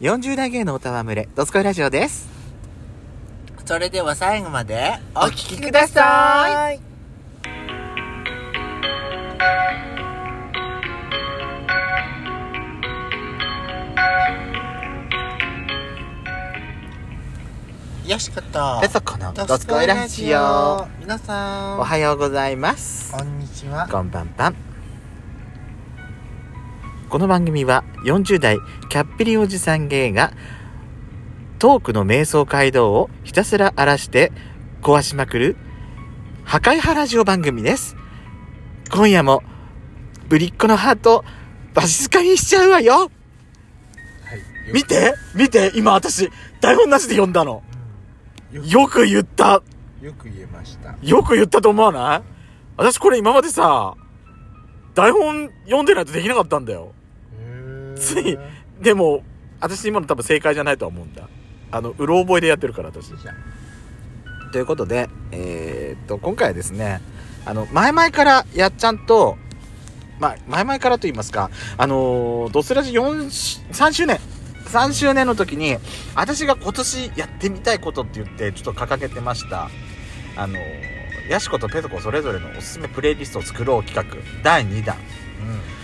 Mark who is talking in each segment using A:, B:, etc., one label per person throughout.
A: 40代芸のおたわむれ、ドスコイラジオです。
B: それでは最後までお
A: お
B: 聞きください。
A: い。
B: よしこと。
A: ペソコのド
B: ド
A: ス
B: ス
A: コ
B: コ
A: イ
B: イ
A: ラ
B: ラ
A: ジ
B: ジ
A: オ
B: オ。。皆さん。
A: おはようございます。
B: こんにちは。
A: こんばんばん。この番組は40代キャッピリおじさん芸がトークの瞑想街道をひたすら荒らして壊しまくる破壊派ラジオ番組です。今夜もぶりっ子のハートバシスカにしちゃうわよ見て見て今私、台本なしで読んだの。
B: よ
A: よく言った
B: よく言えました。
A: よく言ったと思わない私これ今までさ、台本読んでないとできなかったんだよ。ついでも、私今の多分正解じゃないとは思うんだ。あの、うろ覚えでやってるから私。ということで、えーっと、今回はですね、あの、前々からやっちゃんと、まあ、前々からと言いますか、あのードスラジ4し、3周年、3周年の時に、私が今年やってみたいことって言って、ちょっと掲げてました、あのーヤシコとペソコそれぞれのおすすめプレイリストを作ろう企画、第2弾。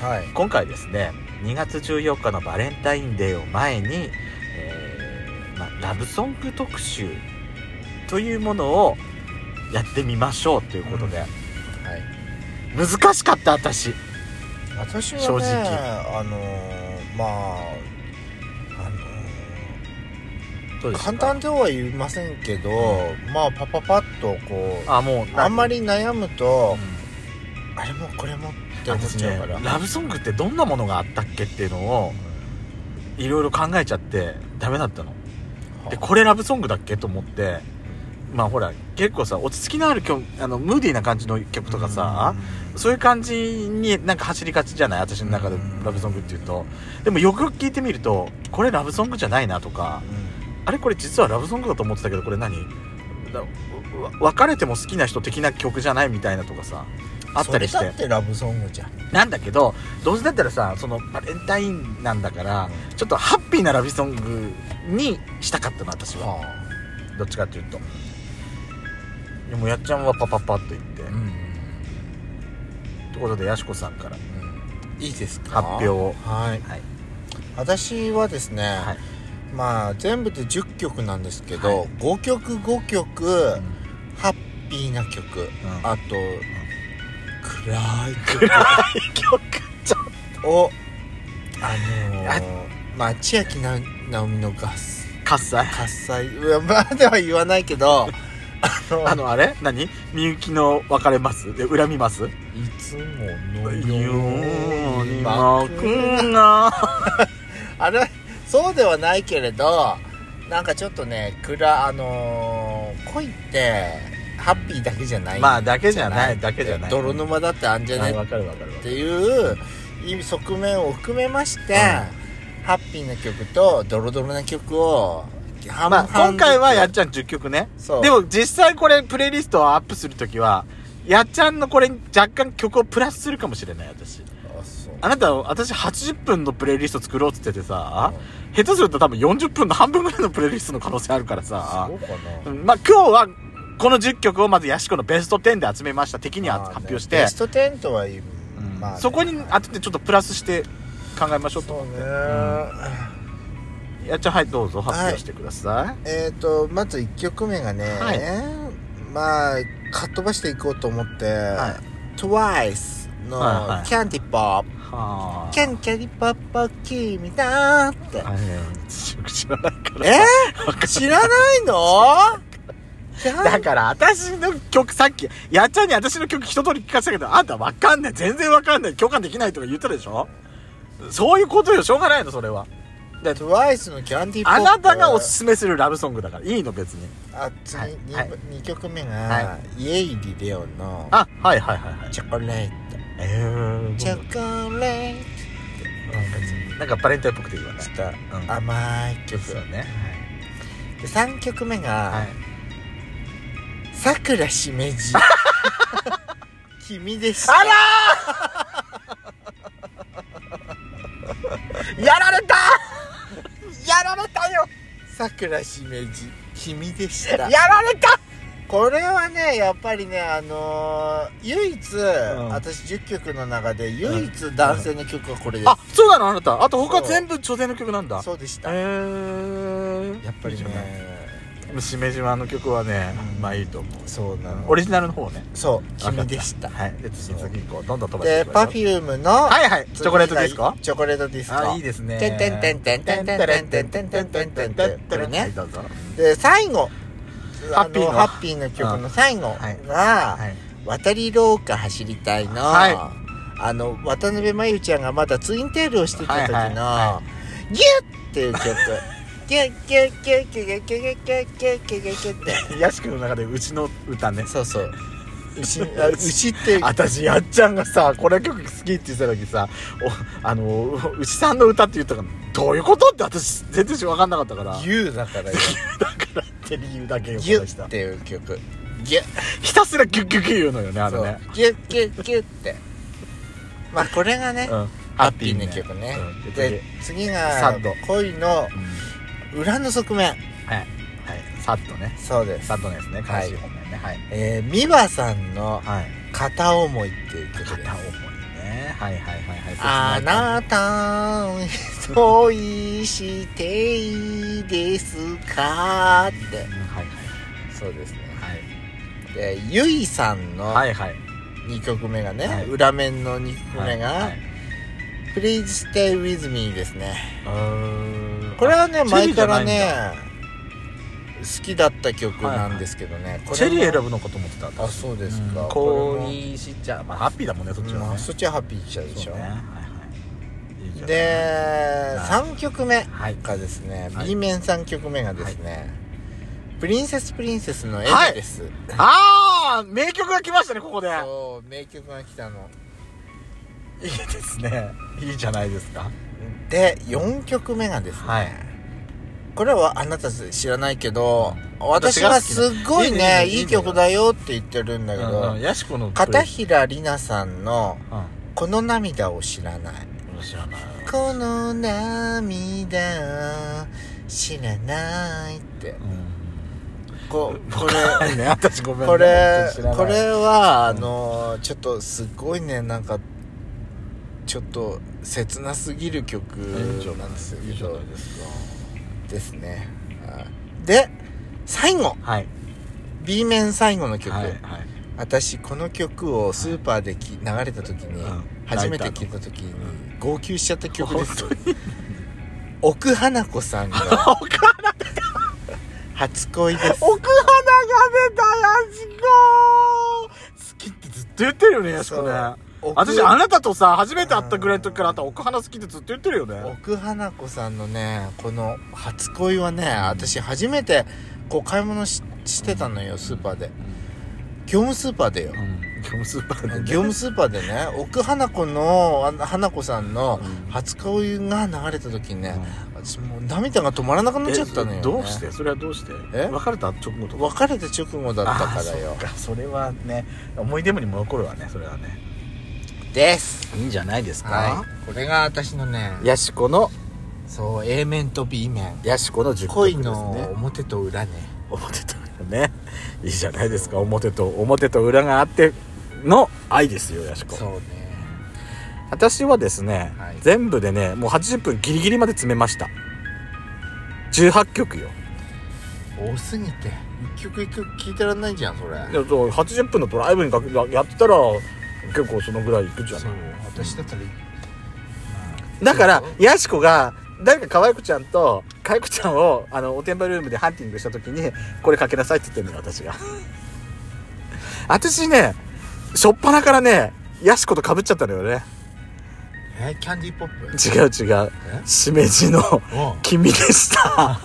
B: うん。はい。
A: 今回ですね2月14日のバレンタインデーを前に、えーまあ、ラブソング特集というものをやってみましょうということで、
B: はい。
A: 難しかった私
B: 私はね、
A: 正直
B: あのー、まあ、あの
A: どう
B: ー、
A: でした
B: 簡
A: か
B: 単とは言いませんけど、まあ、パパパッとこう、
A: あもう
B: あんまり悩むと
A: う、
B: あれもこれもって
A: ん
B: 思っ
A: 私
B: ちゃ
A: ね
B: うから。
A: ラブソングってどんなものがあったっけっていうのをいろいろ考えちゃってダメだったのでこれラブソングだっけと思ってまあほら結構さ落ち着きのある曲あのムーディーな感じの曲とかさ、そういう感じになんか走りがちじゃない私の中で
B: うん
A: ラブソングっていうとでもよくよく聞いてみるとこれラブソングじゃないなとかあれこれ実はラブソングだと思ってたけどこれ何だわ別れても好きな人的な曲じゃないみたいなとかさあったりし
B: それだっててラブソングじゃん、
A: なんだけどどうせだったらさそのバレンタインなんだからちょっとハッピーなラブソングにしたかったの私は
B: は
A: どっちかっていうとでもやっちゃんはパパパッと言って
B: あ、うん
A: ということでやしこさんから
B: いいですか
A: 発表を
B: はい
A: はい
B: 私はですね、
A: はい
B: まあ全部で10曲なんですけど、
A: はい
B: 5曲5曲、ハッピーな曲、
A: ん
B: あと、暗い
A: 曲ちょ
B: 曲をあの
A: あ
B: ーまあ千秋な直美の合
A: 喝采
B: 喝采いやまでは言わないけどあの
A: あのあれ何みゆきの別れますで恨みます
B: いつものよ
A: よ
B: う
A: う
B: に
A: に
B: ま
A: ま
B: く
A: くな
B: あれそうではないけれどなんかちょっとね暗あのー恋ってハッピーだけじゃない
A: まあだけじゃない
B: だ
A: だ
B: け
A: け
B: じ
A: じ
B: ゃ
A: ゃ
B: な
A: ないい
B: 泥沼だってあんじゃねっ
A: かるわかるわ
B: ていう意味側面を含めまして、ハッピーな曲とドロドロな曲を半
A: まあ今回はやっ
B: ず
A: ちゃん10曲ね
B: つそう
A: でも実際これプレイリストをアップするときはやっちゃんのこれに若干曲をプラスするかもしれない私
B: あそう
A: あなた私80分のプレイリスト作ろうっつっててさ
B: うん
A: 下手すると多分40分の半分ぐらいのプレイリストの可能性あるからさ
B: そうかな
A: うんまあ今日はこの10曲をまずヤシコのベスト10で集めました的には
B: まあね
A: 発表して、
B: ベスト10とは言う、
A: うん
B: まあね
A: そこに当ててちょっとプラスして考えましょうと
B: そうね、
A: やっちゃんはいどうぞ発表してください、
B: えー、とまず1曲目がね、
A: はい
B: まあかっ飛ばしていこうと思って、
A: は
B: TWICE
A: はいは
B: の
A: い
B: 「キャンディポップ」
A: は
B: 「キャンキャンディポップは君だ」って
A: あれ知らないから
B: えー、知らないのキャン
A: だから私の曲さっきやっちゃんに私の曲一通り聞かせたけどあんたわかんない全然わかんない共感できないとか言ったでしょそういうことよしょうがないのそれは
B: TWICE の「キャンディポッ
A: あ
B: プ」
A: なたがおすすめするラブソングだからいいの別に
B: あ次、
A: はい
B: に
A: はい
B: 2曲目が、
A: は
B: イエイ・リレオンの
A: あはいはいはいはい
B: 「チョコレート」
A: えー
B: チョコレート
A: なんかバレンタインっぽくていいわね
B: ちょっ
A: うん
B: と甘い
A: です
B: 曲、
A: よね
B: で3曲目が、
A: はい
B: さくらしめ じ君でした
A: あらーやられた
B: やられたよさくらしめじ君でした
A: やられた
B: これはねやっぱりねあのー唯一、
A: ん
B: 私10曲の中で唯一男性の曲はこれです、
A: あそうなのあなたあと他
B: そう
A: 全部女性の曲なんだ
B: そうでした、
A: えー、
B: やっぱ
A: い
B: り
A: いじゃない
B: ね
A: でもしめじまの曲はね、
B: うん
A: まあいいと思う
B: そうなの
A: オリジナルの方ね
B: そう
A: わか
B: 君
A: った
B: でした
A: はいで次
B: そう
A: 次行こうどんどん飛ばして
B: で
A: いきま
B: パ
A: し
B: フ
A: ょう
B: ュームの
A: はいはいチョコレートですか
B: チョコレートディスコ
A: あいいですね
B: てんてんてんてんてんてんてんてんてんてんてんてんてんこれね
A: はいどうぞ
B: で最後
A: ハッピーの
B: あのハッピーの曲の最後が
A: はい
B: 「渡り廊下走りたいの」
A: はい
B: あの渡辺真由ちゃんがまだツインテールをしてた時
A: はいはいは
B: の「ギュッ!」っていう曲「ギュッギュッギュッギュッギュッギュッギュッギュッギュッギュッギュッギュッ」って
A: ヤシ君の中でうちの歌ね
B: そうそう牛あ牛って
A: 私やっちゃんがさこれ曲好きって言ってた時さおあの牛さんの歌って言ったからどういうことって私全然分かんなかったから
B: 牛だからよ
A: だからって理由だけを
B: ギュ
A: 話し
B: ッ
A: た
B: っていう曲ギュッ
A: ひたすらギュッギュッギュッ言うのよねあ
B: そ
A: の
B: う
A: ね
B: ギュッギュッギュッってまあこれがね
A: うん
B: ハッピーな曲ね
A: うん
B: で次
A: サ
B: が
A: ッド
B: 恋の
A: うん
B: 裏の側面
A: はいはいサッとね
B: そうです
A: サッとのやつね
B: は
A: 悲
B: い
A: しい本ねはい
B: えー美和さんの
A: はい
B: 「片思い」っていう曲です
A: 片思いねはいはいはいはい
B: あなた恋していいですかって
A: うんはい
B: そうですね
A: は
B: でゆいさんの
A: いはいはいはい
B: 2曲目がね、
A: はい
B: 裏面の2曲目が、
A: はい
B: Please Stay With Me ですね
A: うーん
B: これはね
A: チェリ
B: 前
A: ーじ
B: か
A: ゃな
B: ら
A: いんだ
B: ね好きだった曲なんですけどね、これも
A: チェリー選ぶのかと思ってた
B: あそうですか、これも
A: 恋しちゃうまあハッピーだもんねそっちは
B: まあ
A: ね
B: そっちはハッピーちゃうでしょ、
A: そうねはいはいいいじゃない
B: で
A: はい
B: 3曲目
A: はい
B: がですね、
A: はい
B: B 面3曲目がですね、プリンセスプリンセスのエル
A: はい
B: です、
A: ああ名曲が来ましたねここで
B: そう名曲が来たの
A: いいですねいいじゃないですか
B: で4曲目がですね、
A: はい
B: これはあなた知らないけど
A: 私
B: 私
A: が好
B: が
A: き
B: す
A: な
B: っごいね
A: いいねいいね
B: いい曲だよって言ってるんだけど、
A: やしこの
B: 片平里奈さんの
A: うん
B: 「この涙を知らない」
A: 知らない
B: 「この涙知らない」ってここれ
A: れね私ごめんね
B: これ
A: 本当に知らない
B: これはあ
A: うん
B: のちょっとすごいねなんかちょっと切なすぎる曲なんです
A: いいじゃ
B: よ
A: ないですか
B: ですねはいで最後
A: はい
B: B 面最後の曲、
A: はいはい
B: 私この曲をスーパーでき流れた時に、
A: うん
B: 初めて聞いた時に号泣しちゃった曲です
A: 本
B: 奥花子さんの
A: 奥花
B: 初 恋です
A: 奥花が出たやしこ好きってずっと言ってるよねやしこね
B: そう
A: 私
B: 奥
A: あなたとさ初めて会ったぐらいの時からあなた奥花好きってずっと言ってるよね
B: 奥花子さんのねこの初恋はね私初めてこう買い物ししてたのよスーパーで業務スーパーでよ
A: うん業務スーパーでね
B: 業務スーパーでね奥花子のあの花子さんの
A: うん
B: 初恋が流れた時にね
A: うん
B: 私もう涙が止まらなくなっちゃったのよ、
A: え
B: ね、
A: どうしてそれはどうして
B: え
A: 別れた直後とか
B: 別れた直後だったから
A: あー
B: よ
A: そっかそれはね思い出にも残るわねそれはね
B: です
A: いいんじゃないです
B: はいこれが私のね
A: やしこの
B: そう A 面と B 面
A: やしこの10
B: 恋
A: です
B: の
A: ね
B: 表と裏ね
A: 表と裏ねいいじゃないですか表と表と裏があっての愛ですよやしこ
B: そうね
A: 私はですね、
B: はい
A: 全部でねもう80分ギリギリまで詰めました18曲よ
B: 多すぎて一曲一曲聞いてらんないじゃんそれ
A: でそう80分のドライブにかけやってたら結構そのぐらいいくじゃん
B: そう私だったら、
A: だから
B: そう
A: やしこが誰か可愛い子ちゃんと可愛い子ちゃんをあのおてんばルームでハンティングした時にこれかけなさいって言ってんのよ私が 私ねしょっぱなからねやしことかぶっちゃったのよね
B: えキャンディーポップ
A: 違う違う
B: え
A: しめじの
B: おう
A: 「君で した」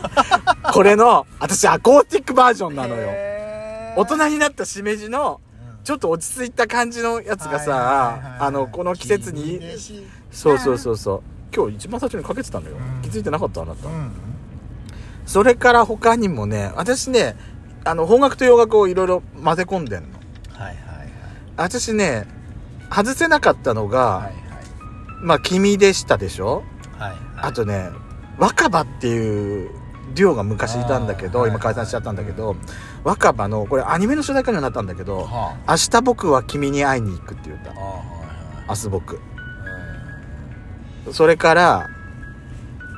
A: これの私アコースティックバージョンなのよ
B: へー
A: 大人になったしめじの
B: うん
A: ちょっと落ち着いた感じのやつが
B: はいはいはい
A: さあのこの季節に
B: 君でし
A: そうそうそうそう今日一番最初にかけてたのよ
B: うん
A: 気づいてなかったあなた
B: うん
A: それから他にもね私ねあの邦楽と洋楽をいろいろ混ぜ込んでんの
B: はいはいはい
A: 私ね外せなかったのが「
B: はい
A: まあ君でした」でしょ、
B: はいはい
A: あとね若葉っていうデュオが昔いたんだけ
B: あ
A: ど
B: ー
A: 今解散しちゃったんだけど若葉のこれアニメの主題歌にはなったんだけど
B: は
A: 「明日僕は君に会いに行く」っていう歌
B: ああは
A: 明日僕
B: いはい
A: それから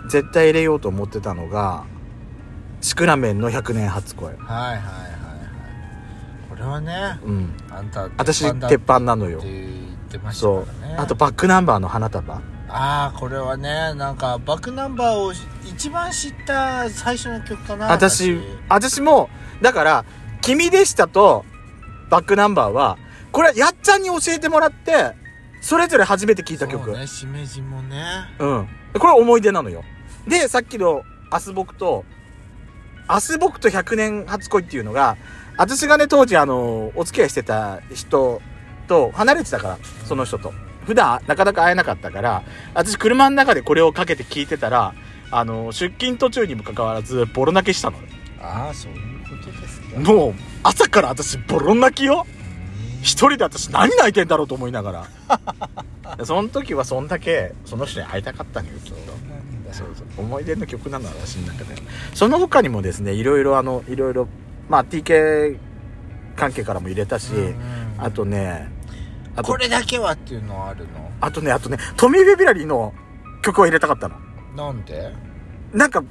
A: 絶対入れようと思ってたのがシクラメンの100年初恋
B: うんはいはいはいはいこれはね
A: うん
B: あんた
A: 私
B: だ
A: 鉄板なの
B: っ
A: よ
B: て言ってました
A: そ
B: か
A: う
B: らね
A: あとバックナンバーの花束
B: ああこれはねなんかバックナンバーを一番知った最初の曲かな
A: 私私もだから「君でした」と「バックナンバーはこれはやっちゃんに教えてもらってそれぞれ初めて聴いた曲
B: そうねしめじもね
A: うん。これ思い出なのよ。で、さっきの明日僕と、明日僕と100年初恋っていうのが、私がね、当時あの、お付き合いしてた人と離れてたから、その人と。普段なかなか会えなかったから、私車の中でこれをかけて聞いてたら、あの、出勤途中にもかかわらず、ボロ泣きしたの。
B: ああそういうことですか
A: もう、朝から私ボロ泣きよ一人で私何泣いてんだろうと思いながら。その時はそんだけ、その人に会いたかったのよ、きっと。
B: なんだ
A: そうそう思い出の曲なの私の中でその他にもですねいろいろあのいろいろまあ TK 関係からも入れたし、
B: うん
A: あとねあと
B: これだけはっていうのはあるの
A: あとねあとねトミー・フェビラリーの曲を入れたかったの
B: なんで
A: なんか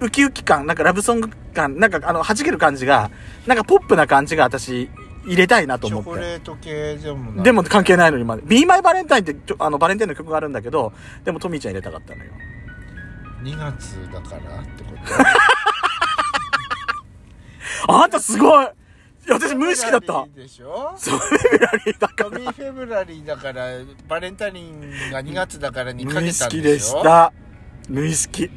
A: ウキウキ感なんかラブソング感なんかあの弾ける感じがなんかポップな感じが私入れたいなと
B: チ
A: 思
B: ョ
A: って
B: コレート系でもない
A: でも関係ないのにまで。Be My Valentine ってちょあのバレンタインの曲があるんだけど、でもトミーちゃん入れたかったのよ。
B: 2月だからってこと
A: あんたすごいいや 私無意識だった
B: フェブラリーでしょ
A: そうフェブラリーだか
B: ト
A: ら
B: ミー・フェブラリーだからバレンタインが2月だからに
A: 無
B: かけ
A: 意
B: たんでしょ
A: 識でした無意識